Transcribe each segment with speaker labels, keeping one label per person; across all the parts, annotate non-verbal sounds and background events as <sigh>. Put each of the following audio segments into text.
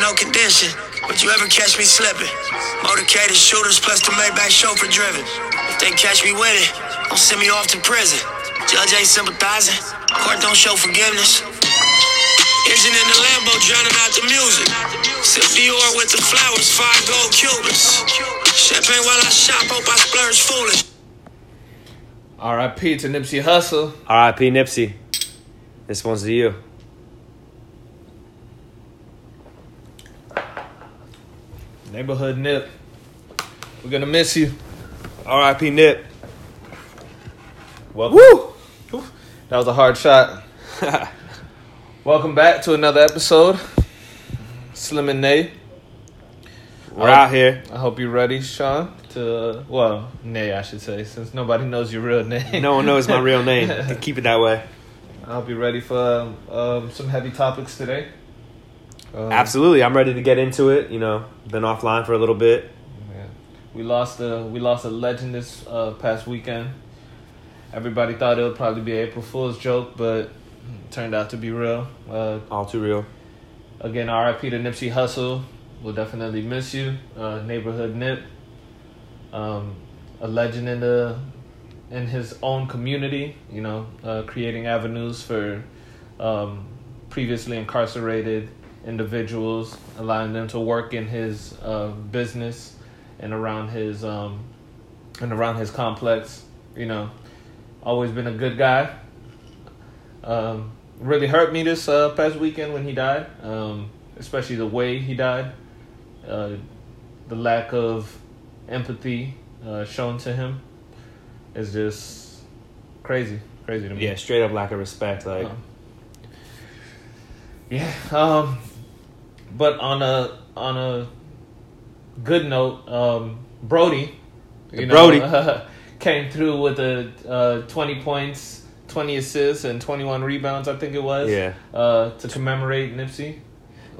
Speaker 1: no condition. Would you ever catch me slipping? Motorcaded shooters plus the Maybach chauffeur driven. If they catch me with it, don't send me off to prison. Judge ain't sympathizing. Court don't show forgiveness. Engine in the Lambo drowning out the music. Sip Dior with the flowers, five gold Cubans. Champagne while I shop, hope I splurge foolish.
Speaker 2: R.I.P. to Nipsey Hussle.
Speaker 3: R.I.P. Nipsey. This one's to you.
Speaker 2: Neighborhood Nip. We're gonna miss you.
Speaker 3: R.I.P. Nip.
Speaker 2: Welcome. Woo! That was a hard shot. <laughs> Welcome back to another episode. Slim and Nate.
Speaker 3: We're out here.
Speaker 2: I hope you're ready, Sean. To well, Nay, I should say, since nobody knows your real name.
Speaker 3: No one knows my real name. Keep it that way.
Speaker 2: I hope you're ready for um, um, some heavy topics today. Um,
Speaker 3: Absolutely. I'm ready to get into it. You know, been offline for a little bit.
Speaker 2: Yeah. We lost a we lost a legend this uh, past weekend. Everybody thought it would probably be April Fool's joke, but it turned out to be real. Uh,
Speaker 3: All too real.
Speaker 2: again, R.I.P. to Nipsey Hussle. We'll definitely miss you, uh, neighborhood Nip. Um, a legend in the in his own community. You know, uh, creating avenues for um, previously incarcerated individuals, allowing them to work in his uh, business and around his um, and around his complex. You know, always been a good guy. Um, really hurt me this uh, past weekend when he died, um, especially the way he died, uh, the lack of empathy uh, shown to him is just crazy, crazy to me.
Speaker 3: Yeah, straight up lack of respect. Like,
Speaker 2: Um, yeah. Um, but on a on a good note, um, Brody, you
Speaker 3: Brody.
Speaker 2: <laughs> came through with a uh, twenty points, twenty assists, and twenty one rebounds. I think it was.
Speaker 3: Yeah.
Speaker 2: Uh, to commemorate Nipsey.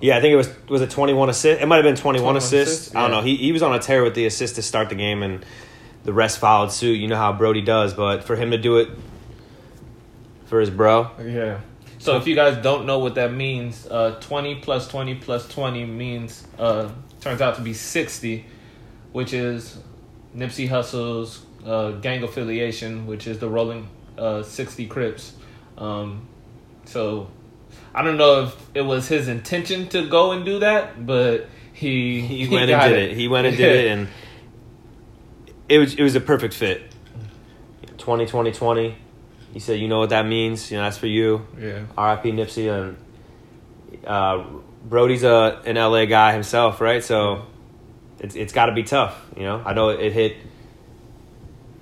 Speaker 3: yeah, I think it was was it 21 assist. It might have been 21,
Speaker 2: 21
Speaker 3: assists.
Speaker 2: assists,
Speaker 3: I don't
Speaker 2: yeah.
Speaker 3: know. He he was on a tear with the assist to start the game, and the rest followed suit. You know how Brody does, but for him to do it for his bro,
Speaker 2: Yeah. So if you guys don't know what that means, uh, twenty plus twenty plus twenty means uh, turns out to be sixty, which is Nipsey Hussle's uh, gang affiliation, which is the Rolling uh, Sixty Crips. Um, so I don't know if it was his intention to go and do that, but he
Speaker 3: he went and
Speaker 2: got
Speaker 3: did it. He went and did it, and it was it was a perfect fit. 20, 20, 20. He said, "You know what that means. You know that's for you."
Speaker 2: yeah.
Speaker 3: R.I.P. Nipsey and uh, Brody's a an L.A. guy himself, right? So it's it's got to be tough, you know. I know it hit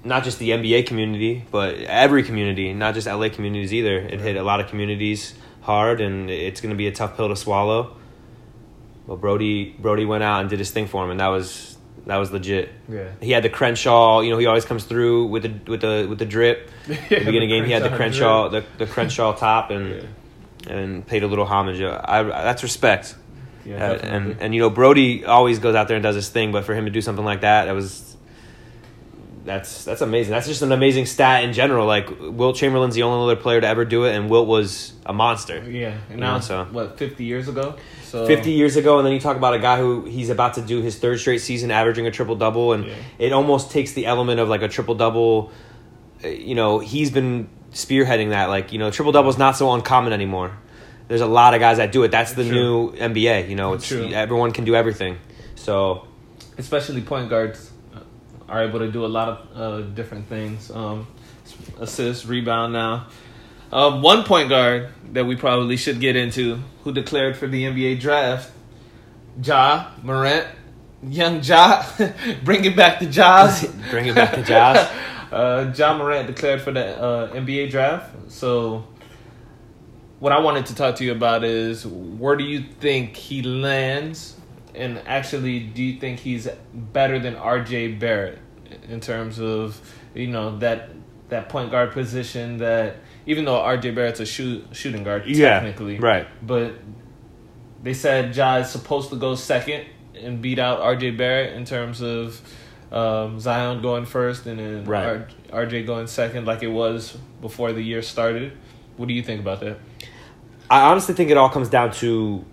Speaker 3: not just the NBA community, but every community, not just L.A. communities either. It hit a lot of communities hard, and it's going to be a tough pill to swallow. But Brody Brody went out and did his thing for him, and that was that was legit.
Speaker 2: Yeah.
Speaker 3: He had the Crenshaw, you know. He always comes through with the with the with the drip. the beginning of the game, <laughs> he had the Crenshaw, the, the Crenshaw top, and and paid a little homage. Uh, I, I- that's respect.
Speaker 2: Yeah,
Speaker 3: Uh,
Speaker 2: definitely.
Speaker 3: and and you know Brody always goes out there and does his thing, but for him to do something like that, that was that's that's amazing. That's just an amazing stat in general. Like Wilt Chamberlain's the only other player to ever do it, and Wilt was a monster.
Speaker 2: yeah. And
Speaker 3: know,
Speaker 2: now
Speaker 3: so-
Speaker 2: what? Fifty years ago. So
Speaker 3: 50 years ago and then you talk about a guy who he's about to do his third straight season averaging a triple double and
Speaker 2: Yeah.
Speaker 3: it almost takes the element of like a triple double uh, you know he's been spearheading that like you know triple double is not so uncommon anymore there's a lot of guys that do it that's the
Speaker 2: True.
Speaker 3: new nba you know it's
Speaker 2: True.
Speaker 3: everyone can do everything so <laughs>
Speaker 2: especially point guards uh, are able to do a lot of uh, different things um, assist rebound now um, one point guard that we probably should get into who declared for the nba draft ja morant young ja <laughs> bringing back the jaws
Speaker 3: bring
Speaker 2: <laughs>
Speaker 3: it back to jazz
Speaker 2: uh, John Morant declared for the uh, NBA draft. So, what I wanted to talk to you about is where do you think he lands? And actually, do you think he's better than RJ Barrett in terms of, you know, that that point guard position that even though RJ Barrett's a shoot, shooting guard technically,
Speaker 3: right
Speaker 2: but they said Ja is supposed to go second and beat out RJ Barrett in terms of um, Zion going first and then
Speaker 3: Right.
Speaker 2: R- RJ going second, like it was before the year started. What do you think about that?
Speaker 3: I honestly think it all comes down to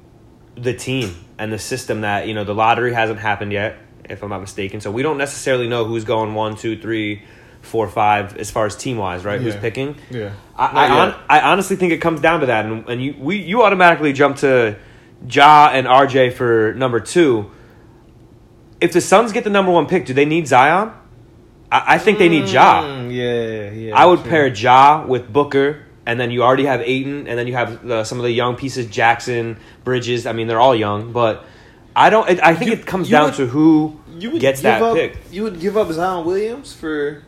Speaker 3: the team and the system that you know the lottery hasn't happened yet, if I'm not mistaken. So we don't necessarily know who's going one, two, three, four, five as far as team wise, right? Who's
Speaker 2: Yeah.
Speaker 3: picking?
Speaker 2: Yeah.
Speaker 3: I, I,
Speaker 2: Not
Speaker 3: hon-
Speaker 2: yet.
Speaker 3: I honestly think it comes down to that, and, and you we you automatically jump to Ja and RJ for number two. If the Suns get the number one pick, do they need Zion? I, I think they need Ja.
Speaker 2: Mm, yeah, yeah.
Speaker 3: I would
Speaker 2: true.
Speaker 3: pair Ja with Booker, and then you already have Aiton, and then you have the, some of the young pieces, Jackson, Bridges. I mean, they're all young, but I don't. It, I think
Speaker 2: You-
Speaker 3: it comes
Speaker 2: you
Speaker 3: down
Speaker 2: would-
Speaker 3: to who
Speaker 2: You would
Speaker 3: gets
Speaker 2: give
Speaker 3: that
Speaker 2: up,
Speaker 3: pick.
Speaker 2: You would give up Zion Williams for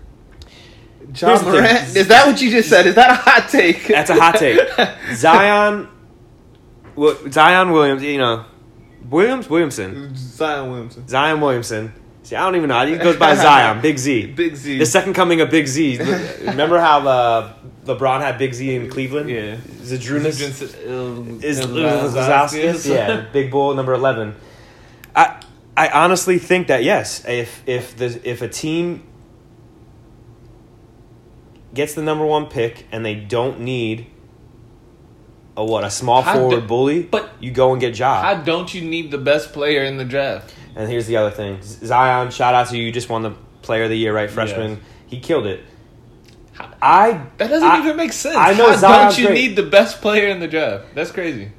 Speaker 3: Here's
Speaker 2: John
Speaker 3: the thing.
Speaker 2: Morant? Is that what you just said? Is that a hot take?
Speaker 3: That's a
Speaker 2: <laughs>
Speaker 3: hot take. Zion, well, Zion Williams. You know, Williams Williamson,
Speaker 2: Zion Williamson.
Speaker 3: Zion Williamson. See, I don't even know. I think it goes by Zion, Big Z,
Speaker 2: <laughs> Big Z.
Speaker 3: the second coming of Big Z. Remember how uh, LeBron had Big Z in Cleveland?
Speaker 2: Yeah.
Speaker 3: Zadrunas. is
Speaker 2: Lazowskis?
Speaker 3: Lazowskis. Yeah,
Speaker 2: <laughs>
Speaker 3: big bull number eleven. I I honestly think that yes, if if the if a team gets the number one pick and they don't need a what a small
Speaker 2: How
Speaker 3: forward
Speaker 2: do-
Speaker 3: bully,
Speaker 2: but-
Speaker 3: you go and get
Speaker 2: How
Speaker 3: job.
Speaker 2: don't you need the best player in the draft?
Speaker 3: and here's the other thing, Zion. Shout out to you. You just won the Player of the Year, right? Freshman.
Speaker 2: Yes.
Speaker 3: He killed it. I
Speaker 2: That doesn't
Speaker 3: I-
Speaker 2: even make sense.
Speaker 3: I know
Speaker 2: How
Speaker 3: Zion's
Speaker 2: don't you
Speaker 3: great.
Speaker 2: need the best player in the draft? That's crazy.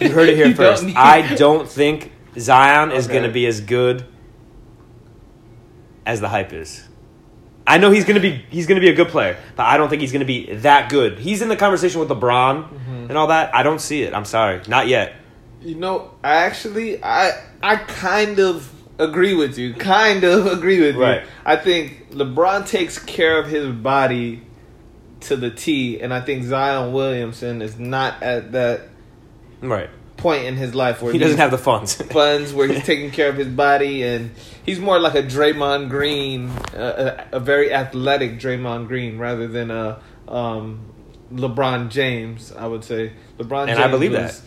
Speaker 3: You
Speaker 2: <laughs>
Speaker 3: heard it here
Speaker 2: You don't
Speaker 3: first.
Speaker 2: need-
Speaker 3: I don't think Zion is
Speaker 2: Okay.
Speaker 3: going to be as good as the hype is. I know he's going to be he's going to be a good player, but I don't think he's going to be that good. He's in the conversation with LeBron
Speaker 2: Mm-hmm.
Speaker 3: and all that. I don't see it. I'm sorry, not yet.
Speaker 2: You know, I actually, I I kind of agree with you. Kind of <laughs> agree with
Speaker 3: Right.
Speaker 2: you. I think LeBron takes care of his body to the T, and I think Zion Williamson is not at that
Speaker 3: Right?
Speaker 2: point in his life where
Speaker 3: He doesn't
Speaker 2: he's
Speaker 3: have the funds.
Speaker 2: funds, where he's taking care of his body, and he's more like a Draymond Green, uh, a, a very athletic Draymond Green, rather than a um, LeBron James. I would say LeBron.
Speaker 3: And
Speaker 2: James
Speaker 3: I believe that.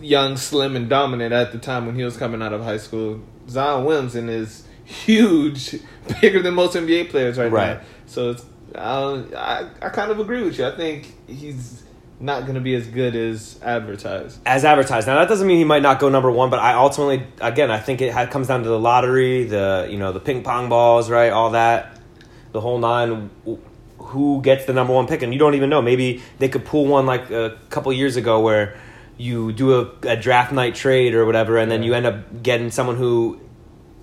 Speaker 2: young, slim, and dominant at the time when he was coming out of high school. Zion Williamson is huge, <laughs> bigger than most NBA players right,
Speaker 3: Right.
Speaker 2: now. So it's, I, don't- I I kind of agree with you. I think he's not going to be as good as advertised.
Speaker 3: as advertised. Now that doesn't mean he might not go number one, but I ultimately, again, I think it ha- comes down to the lottery, the you know the ping pong balls, right, all that, the whole nine. W- Who gets the number one pick, and you don't even know. Maybe they could pull one like a couple years ago where you do a, a draft night trade or whatever, and then you end up getting someone who,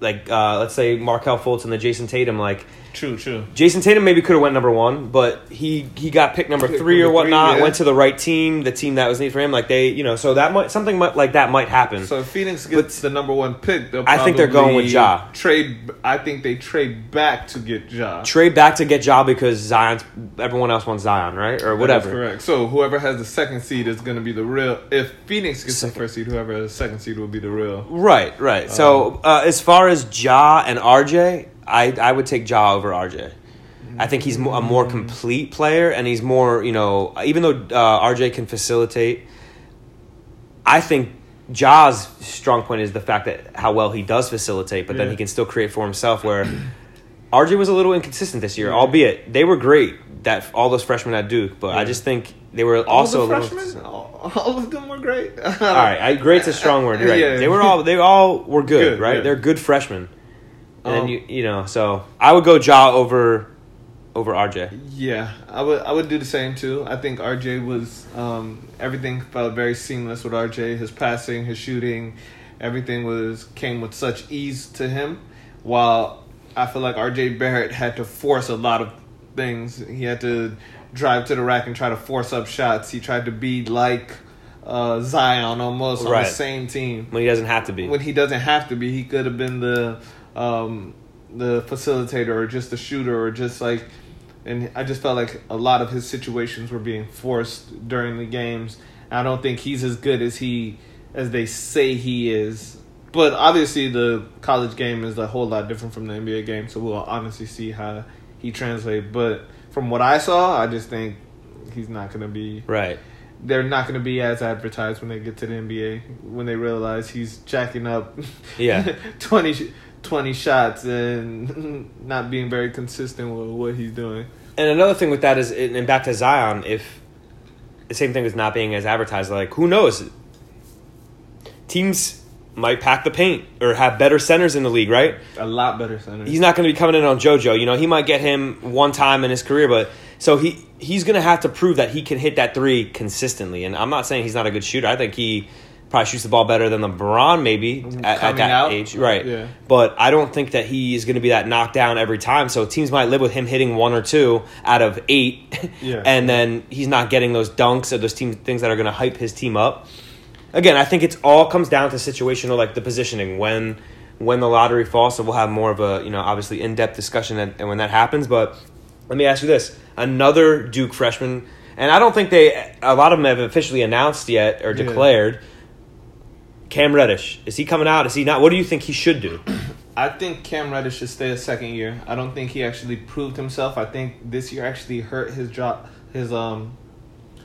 Speaker 3: like, uh, let's say Markel Fultz and the Jason Tatum, like.
Speaker 2: True, true.
Speaker 3: Jason Tatum maybe could have went number one, but he he got picked number
Speaker 2: Picked
Speaker 3: three or
Speaker 2: number three,
Speaker 3: whatnot.
Speaker 2: yeah.
Speaker 3: Went to the right team, the team that was needed for him. Like they, you know, so that might something might, like that might happen.
Speaker 2: So if Phoenix gets the number one pick, they'll
Speaker 3: I think they're going with
Speaker 2: probably
Speaker 3: Ja.
Speaker 2: Trade. I think they trade back to get Ja.
Speaker 3: Trade back to get job because Zion's everyone else wants Zion, right or
Speaker 2: That's
Speaker 3: whatever.
Speaker 2: correct. So whoever has the second seed is going to be the real. If Phoenix gets the first seed, whoever has the second seed will be the real.
Speaker 3: Right, right.
Speaker 2: Um,
Speaker 3: So uh, as far as Ja and RJ, I I would take Ja over RJ. I think he's mo- a more complete player, and he's more you know even though uh, RJ can facilitate, I think Ja's strong point is the fact that how well he does facilitate, but then
Speaker 2: Yeah.
Speaker 3: he can still create for himself. Where <clears throat> RJ was a little inconsistent this year, albeit they were great that all those freshmen at Duke, but I
Speaker 2: Yeah.
Speaker 3: just think they were
Speaker 2: All
Speaker 3: also a
Speaker 2: the
Speaker 3: little-
Speaker 2: freshmen, all, all of them were great. <laughs> all
Speaker 3: all right, I, great's a strong word. You're right.
Speaker 2: Yeah.
Speaker 3: They were all they all were good,
Speaker 2: Good,
Speaker 3: right?
Speaker 2: yeah.
Speaker 3: They're good freshmen. And then
Speaker 2: Um,
Speaker 3: you you know, so I would go Jaw over over RJ.
Speaker 2: Yeah, I would I would do the same too. I think RJ was um, everything felt very seamless with RJ. His passing, his shooting, everything was came with such ease to him. While I feel like RJ Barrett had to force a lot of things. He had to drive to the rack and try to force up shots. He tried to be like uh, Zion almost on
Speaker 3: Right.
Speaker 2: the same team
Speaker 3: When he doesn't have to be.
Speaker 2: when he doesn't have to be. He could have been the um, the facilitator or just the shooter or just like. And I just felt like a lot of his situations were being forced during the games. I don't think he's as good as he as they say he is. But obviously, the college game is a whole lot different from the NBA game, so we'll honestly see how he translates. But from what I saw, I just think he's not going to be
Speaker 3: right.
Speaker 2: they're not going to be as advertised when they get to the NBA when they realize he's jacking up <laughs>
Speaker 3: Yeah.
Speaker 2: 20, sh- 20 shots and <laughs> not being very consistent with what he's doing.
Speaker 3: And another thing with that is and and back to Zion, if the same thing as not being as advertised, like who knows? teams might pack the paint or have better centers in the league, right?
Speaker 2: A lot better center.
Speaker 3: He's not going to be coming in on JoJo. You know, he might get him one time in his career, but so he he's going to have to prove that he can hit that three consistently. And I'm not saying he's not a good shooter. I think he probably shoots the ball better than LeBron, maybe at, at
Speaker 2: Mm-hmm. Coming
Speaker 3: that
Speaker 2: out?
Speaker 3: age, right?
Speaker 2: Yeah.
Speaker 3: But I don't think that he is going to be that knocked down every time. So teams might live with him hitting one or two out of eight,
Speaker 2: Yeah.
Speaker 3: <laughs> and then he's not getting those dunks or those team things that are going to hype his team up again, I think it's all comes down to situational, like the positioning when when the lottery falls. So we'll have more of a you know obviously in depth discussion and, and when that happens. But let me ask you this: another Duke freshman, and I don't think they a lot of them have officially announced yet or
Speaker 2: Yeah.
Speaker 3: declared. Cam Reddish is he coming out? Is he not? What do you think he should <clears throat> do?
Speaker 2: I think Cam Reddish should stay a second year. I don't think he actually proved himself. I think this year actually hurt his drop his um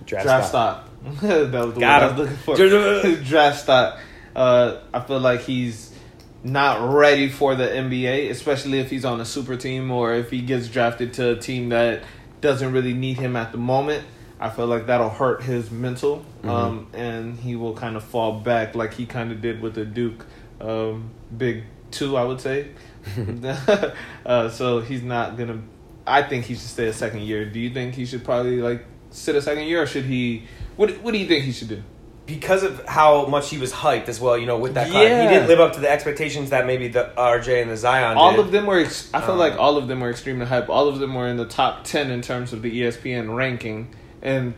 Speaker 3: Draft,
Speaker 2: draft
Speaker 3: stock.
Speaker 2: stock. <laughs> that was the word I
Speaker 3: Got him.
Speaker 2: was looking for.
Speaker 3: Dr-
Speaker 2: draft stock. Uh, I feel like he's not ready for the NBA, especially if he's on a super team or if he gets drafted to a team that doesn't really need him at the moment. I feel like that'll hurt his mental, um, and he will kind of fall back like he kind of did with the Duke um, Big Two, I would say. <laughs> uh, so he's not gonna. I think he should stay a second year. Do you think he should probably like sit a second year, or should he? What What do you think he should do?
Speaker 3: Because of how much he was hyped as well, you know, with that
Speaker 2: class. He didn't live
Speaker 3: up to the expectations that maybe the RJ and the Zion
Speaker 2: all of them were. Ex- I feel
Speaker 3: Um,
Speaker 2: like all of them were extremely hype. All of them were in the top ten in terms of the E ESPN ranking, and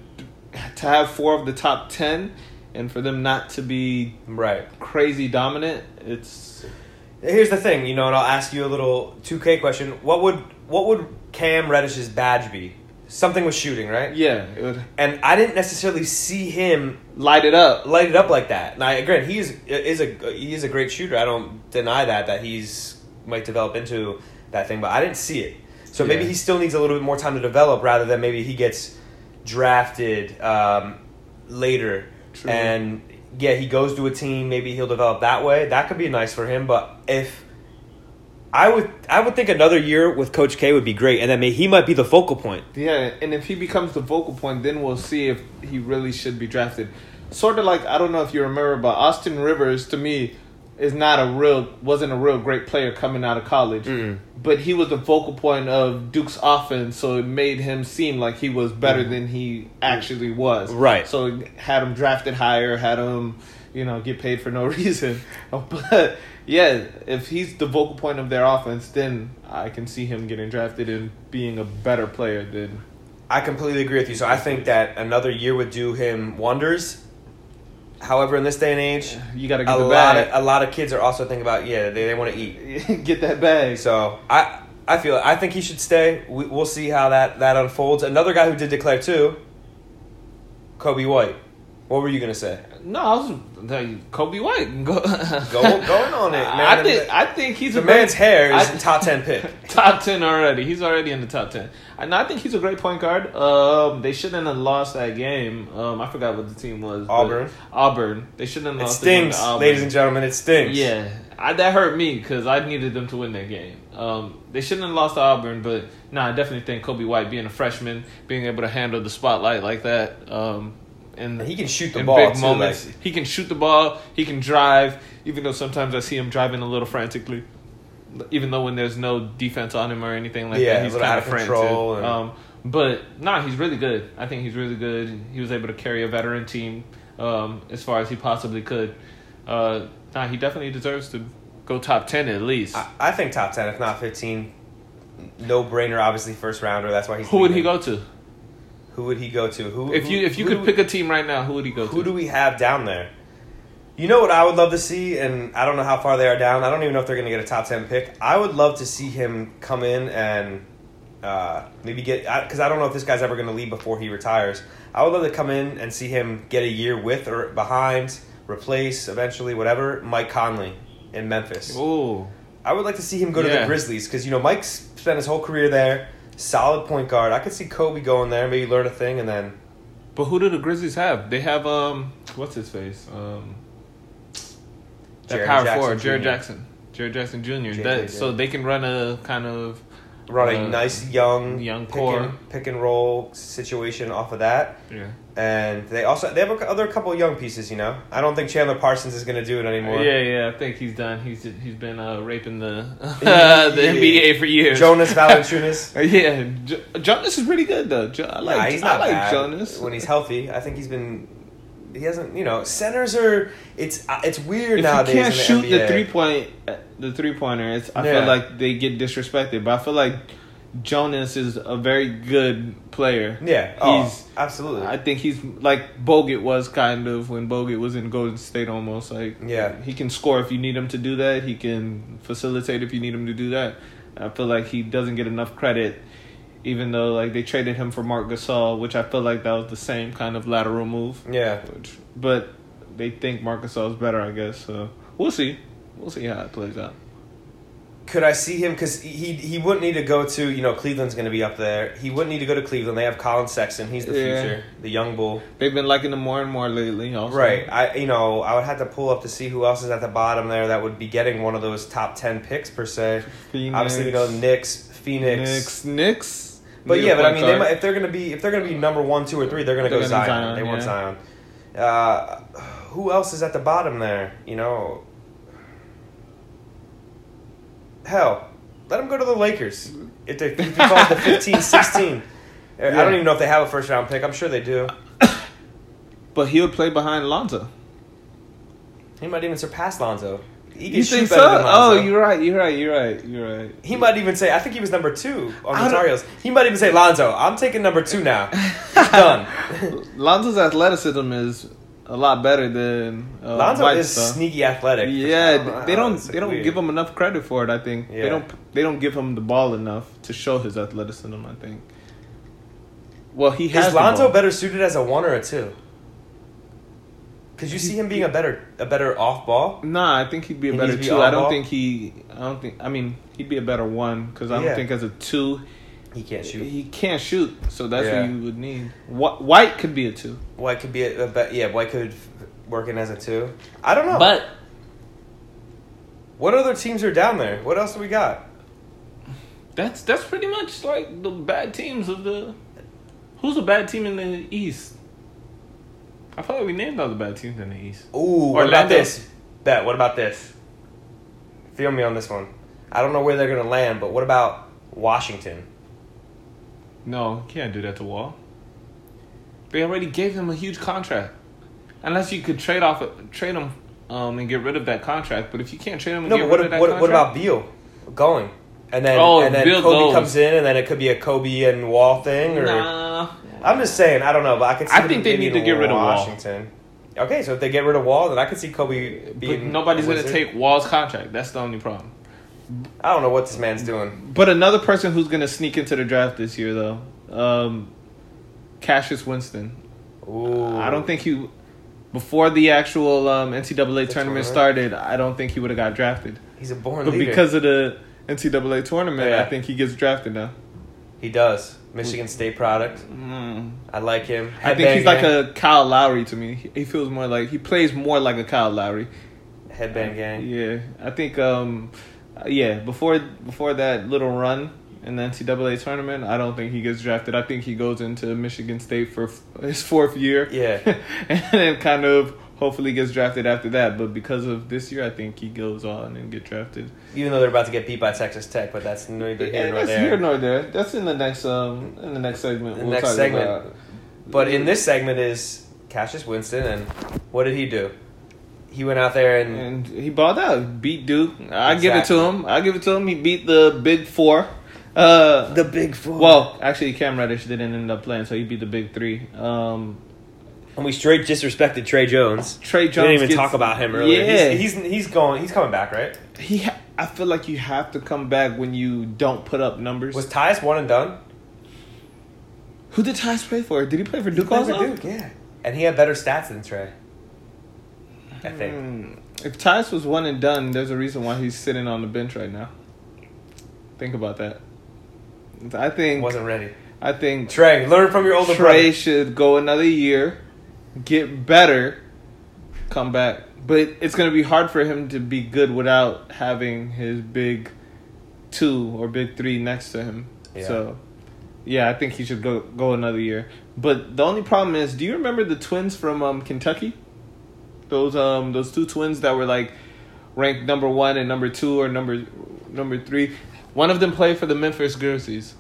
Speaker 2: to have four of the top ten, and for them not to be
Speaker 3: right.
Speaker 2: crazy dominant, it's
Speaker 3: Here's the thing, you know, and I'll ask you a little 2K question. What would what would Cam Reddish's badge be? Something with shooting, right?
Speaker 2: yeah, it would
Speaker 3: And I didn't necessarily see him
Speaker 2: light it up.
Speaker 3: light it up like that. Now, again, he's is a he is a great shooter. I don't deny that that he's might develop into that thing, but I didn't see it. So maybe
Speaker 2: Yeah.
Speaker 3: he still needs a little bit more time to develop, rather than maybe he gets drafted um, later
Speaker 2: True.
Speaker 3: and yeah, he goes to a team. Maybe he'll develop that way. That could be nice for him. But if I would, I would think another year with Coach K would be great, and then may, he might be the focal point.
Speaker 2: Yeah, and if he becomes the vocal point, then we'll see if he really should be drafted. Sort of like I don't know if you remember, but Austin Rivers to me is not a real wasn't a real great player coming out of college, but he was the vocal point of Duke's offense, so it made him seem like he was better than he actually was.
Speaker 3: Right.
Speaker 2: So it had him drafted higher, had him you know get paid for no <laughs> reason, but yeah, if he's the vocal point of their offense, then I can see him getting drafted and being a better player than
Speaker 3: I completely agree with you. So I think that another year would do him wonders. However, in this day and age,
Speaker 2: You gotta get
Speaker 3: a
Speaker 2: the
Speaker 3: lot of,
Speaker 2: bag.
Speaker 3: a lot of kids are also thinking about yeah they, they want to eat.
Speaker 2: <laughs> get that bag.
Speaker 3: So I I feel I think he should stay. We, we'll see how that that unfolds. Another guy who did declare too, Kobe White. What were you gonna say?
Speaker 2: no, I was like, Kobe White. <laughs> Go,
Speaker 3: Go going on it, man.
Speaker 2: I think I think he's <laughs>
Speaker 3: the
Speaker 2: a great-
Speaker 3: man's hair is
Speaker 2: <laughs> I-
Speaker 3: top ten pick.
Speaker 2: top ten already. He's already in the top ten, and I think he's a great point guard. Um, they shouldn't have lost that game. Um, I forgot what the team was. but-
Speaker 3: Auburn.
Speaker 2: Auburn. They shouldn't have
Speaker 3: It
Speaker 2: lost. the game to
Speaker 3: stings,
Speaker 2: Auburn.
Speaker 3: ladies and gentlemen. It stings.
Speaker 2: Yeah, I, that hurt me because I needed them to win that game. Um, they shouldn't have lost to Auburn, but no, I definitely think Kobe White being a freshman, being able to handle the spotlight like that, um, and
Speaker 3: He can shoot the
Speaker 2: in
Speaker 3: ball
Speaker 2: big
Speaker 3: too,
Speaker 2: moments,
Speaker 3: like-
Speaker 2: he can shoot the ball. He can drive, even though sometimes I see him driving a little frantically. Even though when there's no defense on him or anything like
Speaker 3: Yeah, a
Speaker 2: that, he's
Speaker 3: little
Speaker 2: kind
Speaker 3: out
Speaker 2: of
Speaker 3: of
Speaker 2: frantic.
Speaker 3: control and-
Speaker 2: Um, but nah, he's really good. I think he's really good. He was able to carry a veteran team um, as far as he possibly could. Uh, nah, he definitely deserves to go top ten at least.
Speaker 3: I, I think top ten, if not fifteen. No brainer, obviously first rounder. That's why he's.
Speaker 2: who would he
Speaker 3: leaving.
Speaker 2: go to?
Speaker 3: Who would he go to? Who
Speaker 2: If you if you could pick a team right now, who would he go
Speaker 3: who
Speaker 2: to?
Speaker 3: do we have down there? You know what I would love to see, and I don't know how far they are down. I don't even know if they're going to get a top ten pick. I would love to see him come in and uh, maybe get because I, don't know if this guy's ever going to leave before he retires. I would love to come in and see him get a year with or behind, replace eventually, whatever Mike Conley in Memphis.
Speaker 2: Oh,
Speaker 3: I would like to see him go to the
Speaker 2: Yeah.
Speaker 3: Grizzlies because you know Mike spent his whole career there, solid point guard. I could see Kobe going there, maybe learn a thing, and then
Speaker 2: but who do the Grizzlies have? They have um, what's his face? Um, that
Speaker 3: Jaron
Speaker 2: power
Speaker 3: Jackson
Speaker 2: forward, Jared
Speaker 3: Jr..
Speaker 2: Jackson, Jared Jackson Jr.
Speaker 3: JJJ.
Speaker 2: That, so they can run a kind of
Speaker 3: run a
Speaker 2: Uh,
Speaker 3: nice young
Speaker 2: young
Speaker 3: pick
Speaker 2: core.
Speaker 3: and, pick and roll situation off of that.
Speaker 2: Yeah.
Speaker 3: And they also they have a, other couple of young pieces, you know. I don't think Chandler Parsons is going to do it anymore.
Speaker 2: <laughs> Yeah, yeah, I think he's done. He's he's been uh, raping the <laughs>
Speaker 3: Yeah.
Speaker 2: the NBA for years. <laughs>
Speaker 3: Jonas Valanciunas.
Speaker 2: yeah, jo- Jonas is really good though. Jo- I like
Speaker 3: Nah, he's not
Speaker 2: I like
Speaker 3: bad
Speaker 2: Jonas.
Speaker 3: when he's healthy. I think he's been. He hasn't, you know, centers are. It's uh, it's weird
Speaker 2: if
Speaker 3: nowadays.
Speaker 2: you can't
Speaker 3: in the
Speaker 2: shoot the
Speaker 3: NBA.
Speaker 2: three point the three pointer, it's I
Speaker 3: Yeah.
Speaker 2: feel like they get disrespected. But I feel like Jonas is a very good player.
Speaker 3: Yeah, oh,
Speaker 2: he's.
Speaker 3: absolutely.
Speaker 2: I think he's like Bogut was kind of when Bogut was in Golden State almost like
Speaker 3: Yeah.
Speaker 2: he can score if you need him to do that he can facilitate if you need him to do that I feel like he doesn't get enough credit even though like they traded him for Mark Gasol which I feel like that was the same kind of lateral move
Speaker 3: yeah,
Speaker 2: which, but they think Marc Gasol is better I guess so we'll see we'll see how it plays out
Speaker 3: could I see him? Because he he wouldn't need to go to you know Cleveland's going to be up there. He wouldn't need to go to Cleveland. They have Colin Sexton. He's the
Speaker 2: Yeah.
Speaker 3: future, the young bull.
Speaker 2: they've been liking him more and more lately also
Speaker 3: Right. I you know I would have to pull up to see who else is at the bottom there that would be getting one of those top ten picks per se.
Speaker 2: Phoenix,
Speaker 3: Obviously, we know Knicks, Phoenix.
Speaker 2: Knicks Knicks
Speaker 3: But
Speaker 2: Need a
Speaker 3: yeah, but I
Speaker 2: point
Speaker 3: mean,
Speaker 2: guard.
Speaker 3: they might, if they're gonna be if they're gonna be number one, two, or three, they're gonna
Speaker 2: They're
Speaker 3: go
Speaker 2: gonna be
Speaker 3: Zion.
Speaker 2: Zion,
Speaker 3: They want
Speaker 2: yeah.
Speaker 3: Zion. Uh, who else is at the bottom there? You know, hell, let them go to the Lakers if they if it falls
Speaker 2: <laughs>
Speaker 3: to 15, 16. I
Speaker 2: Yeah.
Speaker 3: don't even know if they have a first round pick. I'm sure they do.
Speaker 2: But he would play behind Lonzo.
Speaker 3: He might even surpass Lonzo. He can
Speaker 2: You
Speaker 3: shoot
Speaker 2: think so?
Speaker 3: better than Lonzo.
Speaker 2: Oh, you're right. You're right. You're right. You're right.
Speaker 3: He might even say, I think he was number two on
Speaker 2: I
Speaker 3: the
Speaker 2: don't-
Speaker 3: Tar Heels. He might even say, Lonzo, I'm taking number
Speaker 2: <laughs>
Speaker 3: two now. He's done.
Speaker 2: Lonzo's athleticism is a lot better than uh,
Speaker 3: Lonzo
Speaker 2: White
Speaker 3: is
Speaker 2: stuff.
Speaker 3: sneaky athletic.
Speaker 2: Yeah, they don't
Speaker 3: It's
Speaker 2: they don't
Speaker 3: weird.
Speaker 2: give him enough credit for it. I think
Speaker 3: Yeah.
Speaker 2: they don't they don't give him the ball enough to show his athleticism. I think. Well, he has
Speaker 3: Is
Speaker 2: the
Speaker 3: Lonzo
Speaker 2: ball.
Speaker 3: better suited as a one or a two? Could you see him being a better a better off ball?
Speaker 2: Nah, I think he'd be a
Speaker 3: He
Speaker 2: better
Speaker 3: needs to be
Speaker 2: two. I don't
Speaker 3: oddball?
Speaker 2: think he. I don't think. I mean, he'd be a better one because I don't
Speaker 3: Yeah.
Speaker 2: think as a two
Speaker 3: He can't shoot.
Speaker 2: he can't shoot. So that's
Speaker 3: Yeah.
Speaker 2: what you would need. Wh- White could be a two.
Speaker 3: White could be a, a be- yeah. White could work in as a two. I don't know.
Speaker 2: But
Speaker 3: what other teams are down there? What else do we got?
Speaker 2: That's that's pretty much like the bad teams of the. Who's a bad team in the East? I feel like we named all the bad teams in the East.
Speaker 3: Ooh, what about
Speaker 2: Orlando.
Speaker 3: this? Bet. What about this? Feel me on this one. I don't know where they're gonna land, but what about Washington?
Speaker 2: No, can't do that to Wall. They already gave him a huge contract. Unless you could trade off, trade him, um, and get rid of that contract. But if you can't trade him, and
Speaker 3: No,
Speaker 2: get
Speaker 3: but
Speaker 2: rid of
Speaker 3: what,
Speaker 2: that
Speaker 3: what, what
Speaker 2: contract-
Speaker 3: about Beal going? And then
Speaker 2: Oh,
Speaker 3: and then
Speaker 2: Beal
Speaker 3: Kobe
Speaker 2: goes.
Speaker 3: comes in, and then it could be a Kobe and Wall thing. Or
Speaker 2: Nah,
Speaker 3: I'm just saying, I don't know, but I could. See
Speaker 2: I
Speaker 3: them
Speaker 2: think they
Speaker 3: maybe
Speaker 2: need to
Speaker 3: in
Speaker 2: get rid of Wall.
Speaker 3: Washington. Okay, so if they get rid of Wall, then I could see Kobe
Speaker 2: but
Speaker 3: being.
Speaker 2: nobody's
Speaker 3: a
Speaker 2: gonna
Speaker 3: wizard.
Speaker 2: take Wall's contract. That's the only problem.
Speaker 3: I don't know what this man's doing.
Speaker 2: But another person who's gonna sneak into the draft this year, though, um, Cassius Winston.
Speaker 3: Ooh,
Speaker 2: I don't think he, before the actual um, NCAA
Speaker 3: The
Speaker 2: tournament
Speaker 3: tournament?
Speaker 2: started, I don't think he would have got drafted.
Speaker 3: he's a born
Speaker 2: But
Speaker 3: leader.
Speaker 2: because of the NCAA tournament,
Speaker 3: Yeah.
Speaker 2: I think he gets drafted now.
Speaker 3: he does Michigan State product. I like him.
Speaker 2: Mm. I think he's like
Speaker 3: Headband
Speaker 2: a Kyle Lowry to me. He- He feels more like he plays more like a Kyle Lowry.
Speaker 3: gang. headband gang.
Speaker 2: Yeah, I think. Um, uh, yeah, before before that little run in the NCAA tournament, I don't think he gets drafted. I think he goes into Michigan State for f- his fourth year.
Speaker 3: Yeah.
Speaker 2: <laughs> and then kind of hopefully gets drafted after that. But because of this year, I think he goes on and get drafted.
Speaker 3: Even though they're about to get beat by Texas Tech, but that's neither here
Speaker 2: Yeah,
Speaker 3: nor
Speaker 2: that's
Speaker 3: there.
Speaker 2: here nor there. That's in the next um in the next segment.
Speaker 3: the next
Speaker 2: talk
Speaker 3: segment.
Speaker 2: about-
Speaker 3: But in this segment is Cassius Winston, and what did he do? He went out there and,
Speaker 2: And he balled out, beat Duke. I give it
Speaker 3: Exactly.
Speaker 2: to him. I give it to him. He beat the Big Four. Uh,
Speaker 3: the big four.
Speaker 2: well, actually, Cam Reddish didn't end up playing, so he beat the Big Three. Um,
Speaker 3: and we straight disrespected Trey Jones.
Speaker 2: Trey
Speaker 3: we
Speaker 2: Jones.
Speaker 3: didn't even
Speaker 2: gets-
Speaker 3: talk about him earlier.
Speaker 2: Yeah,
Speaker 3: He's, he's he's going. He's coming back, right?
Speaker 2: he. Ha- I feel like you have to come back when you don't put up numbers.
Speaker 3: Was Tyus one and done?
Speaker 2: Who did Tyus play for? Did he play for Duke
Speaker 3: Played for
Speaker 2: also?
Speaker 3: Duke, yeah. And he had better stats than Trey. I think.
Speaker 2: Hmm. If Tyus was one and done, there's a reason why he's sitting on the bench right now. Think about that. I think
Speaker 3: Wasn't ready.
Speaker 2: I think
Speaker 3: Trey, learn from your older
Speaker 2: Trey
Speaker 3: brother.
Speaker 2: should go another year, get better, come back. But it's gonna be hard for him to be good without having his big two or big three next to him.
Speaker 3: Yeah.
Speaker 2: So, yeah, I think he should go go another year. But the only problem is, do you remember the twins from um, Kentucky? Those um those two twins that were like ranked number one and number two or number number three. One of them played for the Memphis Grizzlies.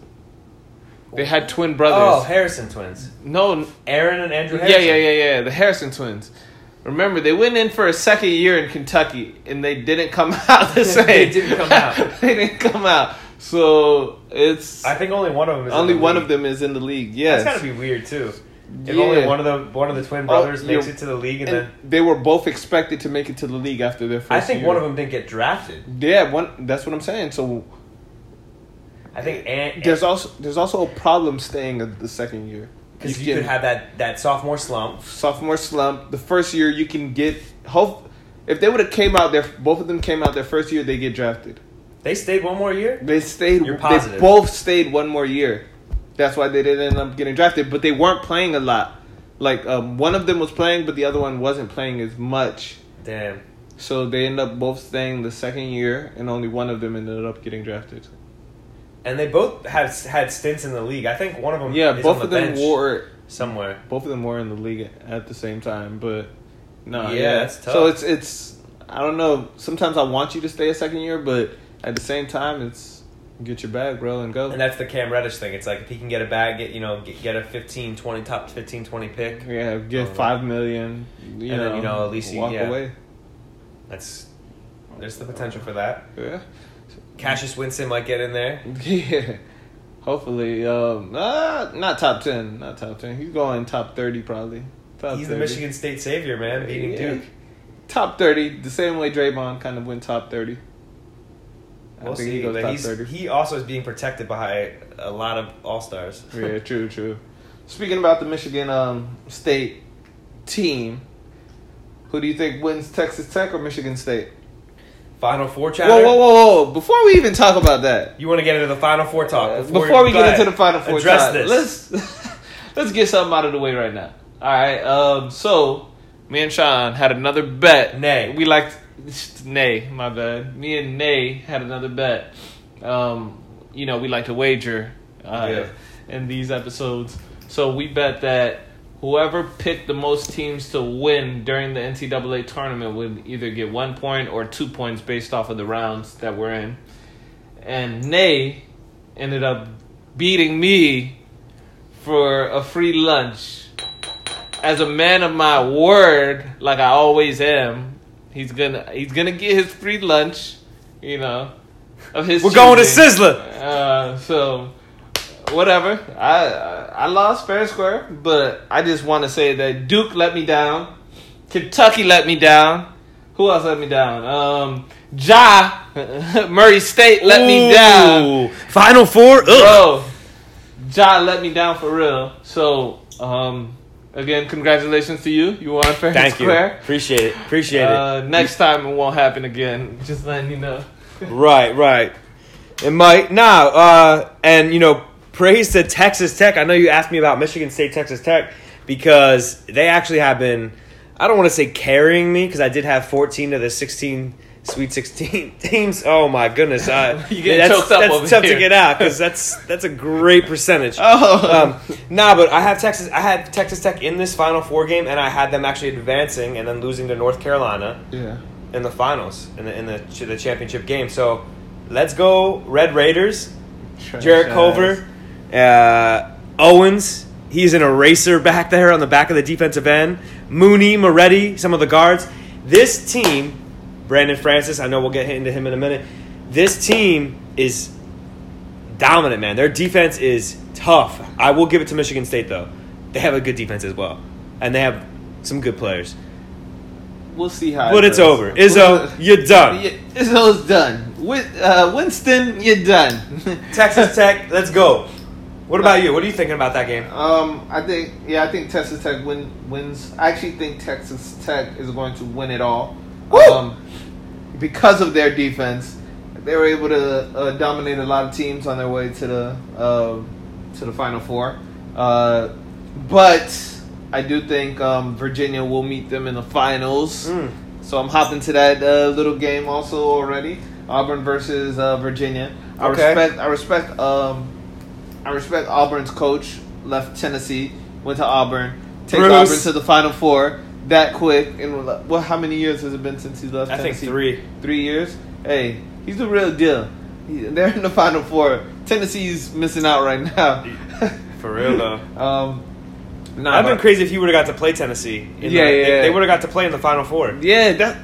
Speaker 2: They had twin
Speaker 3: Oh,
Speaker 2: brothers.
Speaker 3: Harrison twins.
Speaker 2: No,
Speaker 3: Aaron and Andrew
Speaker 2: yeah,
Speaker 3: Harrison.
Speaker 2: yeah, yeah, yeah. The Harrison twins. Remember, they went in for a second year in Kentucky, and they didn't come <laughs> out the same.
Speaker 3: They didn't come
Speaker 2: <laughs>
Speaker 3: out.
Speaker 2: they didn't come out. So it's
Speaker 3: I think only one of them is in
Speaker 2: only
Speaker 3: the
Speaker 2: one
Speaker 3: league.
Speaker 2: of them is in the league.
Speaker 3: That's
Speaker 2: Yes,
Speaker 3: gotta be weird too. If
Speaker 2: Yeah.
Speaker 3: only one of the one of the twin brothers
Speaker 2: Oh,
Speaker 3: makes
Speaker 2: you're-
Speaker 3: it to the league, and,
Speaker 2: And
Speaker 3: then
Speaker 2: they were both expected to make it to the league after their first.
Speaker 3: I think
Speaker 2: year.
Speaker 3: one of them didn't get drafted.
Speaker 2: Yeah, one. That's what I'm saying. So
Speaker 3: I think and
Speaker 2: there's also there's also a problem staying at the second year
Speaker 3: because you
Speaker 2: can-
Speaker 3: could have that that sophomore slump.
Speaker 2: sophomore slump. The first year you can get hope. If they would have came out their both of them came out their first year, they get drafted.
Speaker 3: They stayed one more year.
Speaker 2: They stayed.
Speaker 3: You're
Speaker 2: They
Speaker 3: positive.
Speaker 2: both stayed one more year. That's why they didn't end up getting drafted. But they weren't playing a lot. Like um, one of them was playing, but the other one wasn't playing as much.
Speaker 3: Damn.
Speaker 2: So they end up both staying the second year, and only one of them ended up getting drafted.
Speaker 3: And they both had had stints in the league. I think one of them.
Speaker 2: Yeah,
Speaker 3: is
Speaker 2: both
Speaker 3: on
Speaker 2: of
Speaker 3: the
Speaker 2: them
Speaker 3: bench
Speaker 2: were
Speaker 3: somewhere.
Speaker 2: both of them were in the league at the same time. But no,
Speaker 3: Yeah,
Speaker 2: yeah,
Speaker 3: that's tough.
Speaker 2: So it's it's I don't know. Sometimes I want you to stay a second year, but at the same time, it's get your bag, bro, and go.
Speaker 3: And that's the Cam Reddish thing. It's like if he can get a bag, get you know, get, get a 15, 20, top 15, 20 pick.
Speaker 2: Yeah,
Speaker 3: Oh.
Speaker 2: get five million. You
Speaker 3: And
Speaker 2: know,
Speaker 3: then, you know, at least you-
Speaker 2: walk
Speaker 3: yeah.
Speaker 2: away.
Speaker 3: That's there's the potential for that.
Speaker 2: Yeah, <laughs>
Speaker 3: Cassius Winston might get in there.
Speaker 2: yeah. Hopefully, um, uh, not top ten, not top ten. He's going top thirty probably. Top
Speaker 3: He's the Michigan State savior, man, beating
Speaker 2: Yeah.
Speaker 3: Duke.
Speaker 2: Top thirty, the same way Draymond kind of went top thirty.
Speaker 3: We'll see. but he's, he also is being protected by a lot of all stars.
Speaker 2: yeah, true, true. Speaking about the Michigan um, State team, who do you think wins Texas Tech or Michigan State?
Speaker 3: Final four chatter.
Speaker 2: Whoa, whoa, whoa, whoa! Before we even talk about that,
Speaker 3: You want to get into the final four talk
Speaker 2: before, we
Speaker 3: go
Speaker 2: get
Speaker 3: ahead.
Speaker 2: into the final four,
Speaker 3: Address
Speaker 2: time,
Speaker 3: this.
Speaker 2: let's <laughs> let's get something out of the way right now. All right. Um. So me and Sean had another bet.
Speaker 3: Nay.
Speaker 2: We liked nay. My bad. Me and Nay had another bet. Um. You know we like to wager. Uh, In these episodes, so we bet that whoever picked the most teams to win during the NCAA tournament would either get one point or two points based off of the rounds that we're in and Nay ended up beating me for a free lunch. As a man of my word, like I always am, he's gonna he's gonna get his free lunch, you know, of his.
Speaker 3: We're going to
Speaker 2: choosing.
Speaker 3: Sizzler.
Speaker 2: Uh, so whatever. I I lost fair and square, but I just want to say that Duke let me down. Kentucky let me down. Who else let me down? Um, Ja <laughs> Murray State let me down,
Speaker 3: Ooh, Final four. <laughs> Ugh.
Speaker 2: bro. Ja let me down for real. So um, again, congratulations to you. You won fair and
Speaker 3: Thank you.
Speaker 2: square.
Speaker 3: Appreciate it. Appreciate
Speaker 2: Uh, next time it won't happen again. Just letting you know.
Speaker 3: it. Right, right. And Mike, nah, uh, and you know, praise to Texas Tech. I know you asked me about Michigan State, Texas Tech, because they actually have been. I don't want to say carrying me because I did have 14 of the 16 Sweet 16 <laughs> teams. Oh my goodness, uh,
Speaker 2: <laughs> You getting
Speaker 3: that's,
Speaker 2: choked up
Speaker 3: that's
Speaker 2: over
Speaker 3: tough
Speaker 2: here.
Speaker 3: to get out because that's that's a great percentage.
Speaker 2: <laughs> Oh,
Speaker 3: um, nah, but I have Texas. I had Texas Tech in this Final Four game, and I had them actually advancing and then losing to North Carolina
Speaker 2: yeah.
Speaker 3: in the finals in the in the, ch- the championship game. So let's go Red Raiders. Jarrett Culver, uh, Owens. He's an eraser back there on the back of the defensive end. Mooney, Moretti, some of the guards. This team, Brandon Francis. I know we'll get into him in a minute. This team is dominant, man. Their defense is tough. I will give it to Michigan State though. They have a good defense as well, and they have some good players.
Speaker 2: We'll see how.
Speaker 3: But
Speaker 2: it
Speaker 3: it's
Speaker 2: goes.
Speaker 3: over. Izzo, you're done.
Speaker 2: Yeah, Izzo's done. Win, uh, Winston, you're done. <laughs>
Speaker 3: Texas Tech, let's go. What about you? What are you thinking about that game?
Speaker 2: Um, I think yeah, I think Texas Tech win, wins. I actually think Texas Tech is going to win it all.
Speaker 3: Woo!
Speaker 2: Um, because of their defense, they were able to uh, dominate a lot of teams on their way to the uh, to the Final Four. Uh, but I do think um, Virginia will meet them in the finals.
Speaker 3: Mm.
Speaker 2: So I'm hopping to that uh, little game also already. Auburn versus uh, Virginia. I
Speaker 3: Okay.
Speaker 2: respect. I respect. Um, I respect Auburn's coach. Left Tennessee, went to Auburn, takes
Speaker 3: Bruce.
Speaker 2: Auburn to the Final Four that quick. And we're like- well, how many years has it been since he left?
Speaker 3: I think
Speaker 2: Tennessee?
Speaker 3: three.
Speaker 2: Three years. Hey, he's the real deal. He- They're in the Final Four. Tennessee's missing out right now. <laughs>
Speaker 3: For real though.
Speaker 2: um, nah,
Speaker 3: I've been
Speaker 2: but-
Speaker 3: crazy if you would have got to play Tennessee. in the-
Speaker 2: Yeah, yeah,
Speaker 3: They,
Speaker 2: yeah.
Speaker 3: would have got to play in the Final Four.
Speaker 2: Yeah, that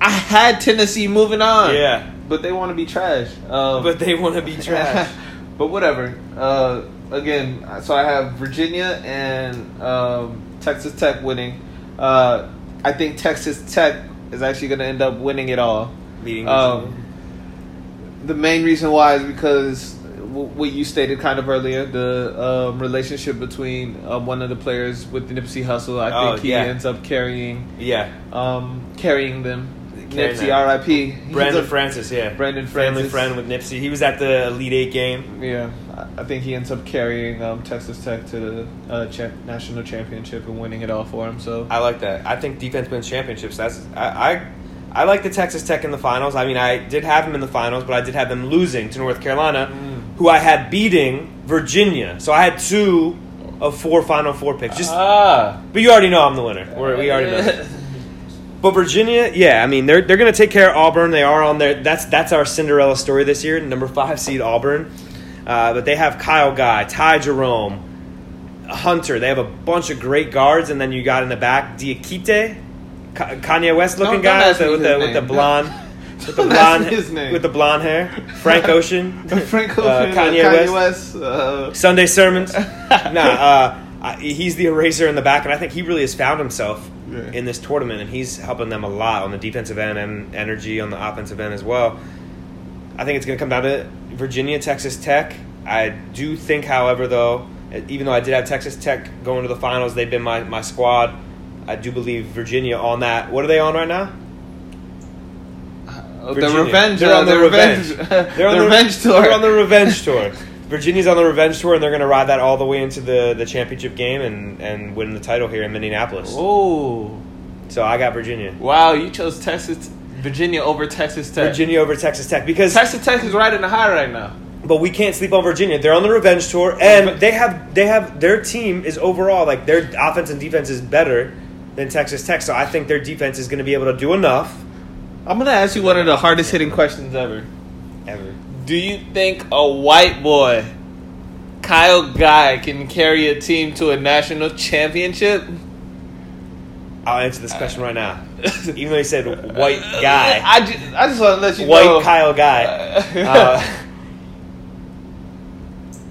Speaker 2: I had Tennessee moving on.
Speaker 3: Yeah.
Speaker 2: but they want to be trash. Um,
Speaker 3: But they want
Speaker 2: <laughs>
Speaker 3: to be trash.
Speaker 2: but whatever. Uh, again, so I have Virginia and um, Texas Tech winning. Uh, I think Texas Tech is actually going to end up winning it all.
Speaker 3: Meeting
Speaker 2: Um, the main reason why is because w- what you stated kind of earlier, the um, relationship between uh, one of the players with Nipsey Hussle. I
Speaker 3: Oh,
Speaker 2: think he
Speaker 3: yeah.
Speaker 2: ends up carrying
Speaker 3: yeah.
Speaker 2: um, carrying them.
Speaker 3: Carrying
Speaker 2: Nipsey,
Speaker 3: them.
Speaker 2: R.I.P. He's
Speaker 3: Brandon
Speaker 2: a-
Speaker 3: Francis, yeah.
Speaker 2: Brandon
Speaker 3: Family
Speaker 2: Francis.
Speaker 3: friend with Nipsey. He was at the Elite Eight game.
Speaker 2: Yeah, I I think he ends up carrying um, Texas Tech to the uh, cha- national championship and winning it all for him. So
Speaker 3: I like that. I think defense wins championships. That's I, I I like the Texas Tech in the finals. I mean, I did have them in the finals, but I did have them losing to North Carolina,
Speaker 2: Mm.
Speaker 3: who I had beating Virginia. So I had two of four Final Four picks. Just
Speaker 2: Uh,
Speaker 4: Ah,
Speaker 3: but you already know I'm the winner. We're, we already
Speaker 2: <laughs>
Speaker 3: <laughs> know. But Virginia, yeah, I mean they're they're gonna take care of Auburn. They are on their that's that's our Cinderella story this year, number five seed Auburn. Uh, but they have Kyle Guy, Ty Jerome, Hunter. They have a bunch of great guards, and then you got in the back Diakite, Ka- Kanye West looking
Speaker 2: Don't- don't
Speaker 3: guy with
Speaker 2: ask
Speaker 3: the
Speaker 2: me
Speaker 3: with
Speaker 2: his
Speaker 3: the, with the
Speaker 2: name.
Speaker 3: blonde. With the
Speaker 2: Don't ask
Speaker 3: blonde,
Speaker 2: me his name.
Speaker 3: with the blonde hair,
Speaker 2: <laughs>
Speaker 3: Frank Ocean, <laughs>
Speaker 2: Frank
Speaker 3: uh,
Speaker 2: Ocean,
Speaker 3: Kanye, West,
Speaker 2: uh,
Speaker 3: Sunday sermons. nah, uh, I, he's the eraser in the back, and I think he really has found himself
Speaker 2: Yeah.
Speaker 3: in this tournament, and he's helping them a lot on the defensive end and energy on the offensive end as well. I think it's going to come down to Virginia, Texas Tech. I do think, however, though, even though I did have Texas Tech going to the finals, they've been my, my squad. I do believe Virginia on that. What are they on right now?
Speaker 2: the
Speaker 3: Virginia.
Speaker 2: revenge.
Speaker 3: They're on the revenge.
Speaker 2: <laughs> They're on the revenge tour.
Speaker 3: They're on the revenge
Speaker 2: <laughs>
Speaker 3: tour. Virginia's on the revenge tour, and they're going to ride that all the way into the, the championship game and, and win the title here in Minneapolis.
Speaker 2: Oh
Speaker 3: So I got Virginia.
Speaker 2: wow! You chose Texas, Virginia over Texas Tech.
Speaker 3: Virginia over Texas Tech because,
Speaker 2: Texas Tech is right in the high right now.
Speaker 3: but we can't sleep on Virginia. They're on the revenge tour, and they have they have their team is overall like their offense and defense is better than Texas Tech. So I think their defense is going to be able to do enough.
Speaker 2: I'm gonna ask you one of the hardest hitting questions ever.
Speaker 3: Ever.
Speaker 2: Do you think a white boy, Kyle Guy, can carry a team to a national championship?
Speaker 3: I'll answer this question
Speaker 2: <laughs>
Speaker 3: right now. Even though he said white guy.
Speaker 2: Uh, I just, I just want to let you
Speaker 3: white
Speaker 2: know.
Speaker 3: Kyle guy.
Speaker 2: <laughs>
Speaker 3: Uh,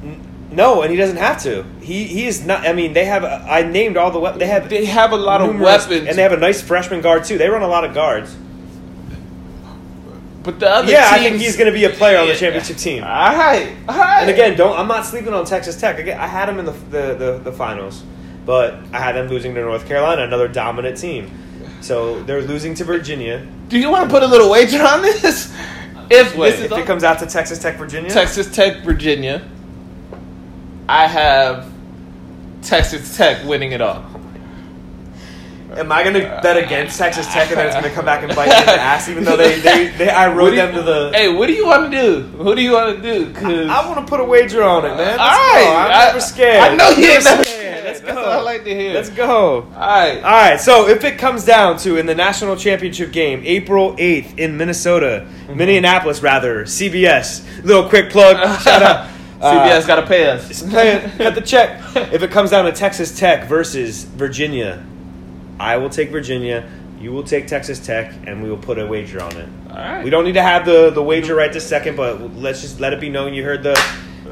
Speaker 3: n- no, and he doesn't have to. He he is not. I mean, they have. uh, I named all the. wep- They have
Speaker 2: They have a lot of
Speaker 3: numerous-
Speaker 2: weapons,
Speaker 3: and they have a nice freshman guard too. They run a lot of guards.
Speaker 2: but the other
Speaker 3: yeah,
Speaker 2: teams,
Speaker 3: I think he's going to be a player on the
Speaker 2: Yeah.
Speaker 3: championship team.
Speaker 2: All right, all right.
Speaker 3: And again, don't. I'm not sleeping on Texas Tech. Again, I had them in the the, the the finals, but I had them losing to North Carolina, another dominant team. So they're losing to Virginia.
Speaker 2: do you want to put a little wager on this? If this is
Speaker 3: if it comes out to Texas Tech, Virginia,
Speaker 2: Texas Tech, Virginia, I have Texas Tech winning it all.
Speaker 3: Am I gonna bet against Texas Tech and then it's gonna come back and bite me in the ass? Even though they, they, they I
Speaker 2: What
Speaker 3: rode
Speaker 2: do you-
Speaker 3: them to the.
Speaker 2: Hey, what do you want to do? Who do you want to do? 'Cause-
Speaker 3: I want to put a wager on it, man. Let's
Speaker 2: All right,
Speaker 3: go. I'm
Speaker 2: I-
Speaker 3: never scared.
Speaker 2: I know
Speaker 3: I'm
Speaker 2: you ain't never scared.
Speaker 3: Let's go.
Speaker 2: That's what I like to hear.
Speaker 3: Let's go.
Speaker 2: All right.
Speaker 3: <laughs> All right. So if it comes down to in the national championship game, April eighth in Minnesota,
Speaker 2: Mm-hmm.
Speaker 3: Minneapolis rather, CBS. Little quick plug. Shout <laughs> out.
Speaker 2: CBS gotta pay us.
Speaker 3: Just play <laughs> it. Cut the check. If it comes down to Texas Tech versus Virginia, I will take Virginia. You will take Texas Tech, and we will put a wager on it.
Speaker 2: All right.
Speaker 3: We don't need to have the, the wager right this second, but let's just let it be known you heard the,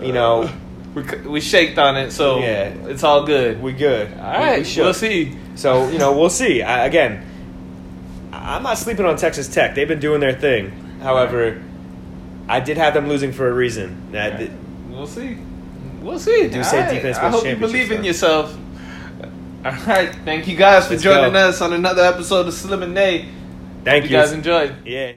Speaker 3: you know,
Speaker 2: We, c- we shaked on it, so
Speaker 3: Yeah.
Speaker 2: it's all good.
Speaker 3: we good.
Speaker 2: all right,
Speaker 3: we,
Speaker 2: we
Speaker 3: shook.
Speaker 2: will see.
Speaker 3: So you know, we'll see. I, again, I- I'm not sleeping on Texas Tech. They've been doing their thing. However, I did have them losing for a reason. That
Speaker 2: We'll see. We'll see.
Speaker 3: Do say
Speaker 2: All
Speaker 3: defense
Speaker 2: I
Speaker 3: wins
Speaker 2: hope you
Speaker 3: championships,
Speaker 2: believe in
Speaker 3: though.
Speaker 2: yourself. All right, thank you guys for
Speaker 3: Let's
Speaker 2: joining
Speaker 3: go.
Speaker 2: us on another episode of Slim and Nate.
Speaker 3: thank
Speaker 2: You
Speaker 3: you.
Speaker 2: guys enjoyed.
Speaker 3: yeah.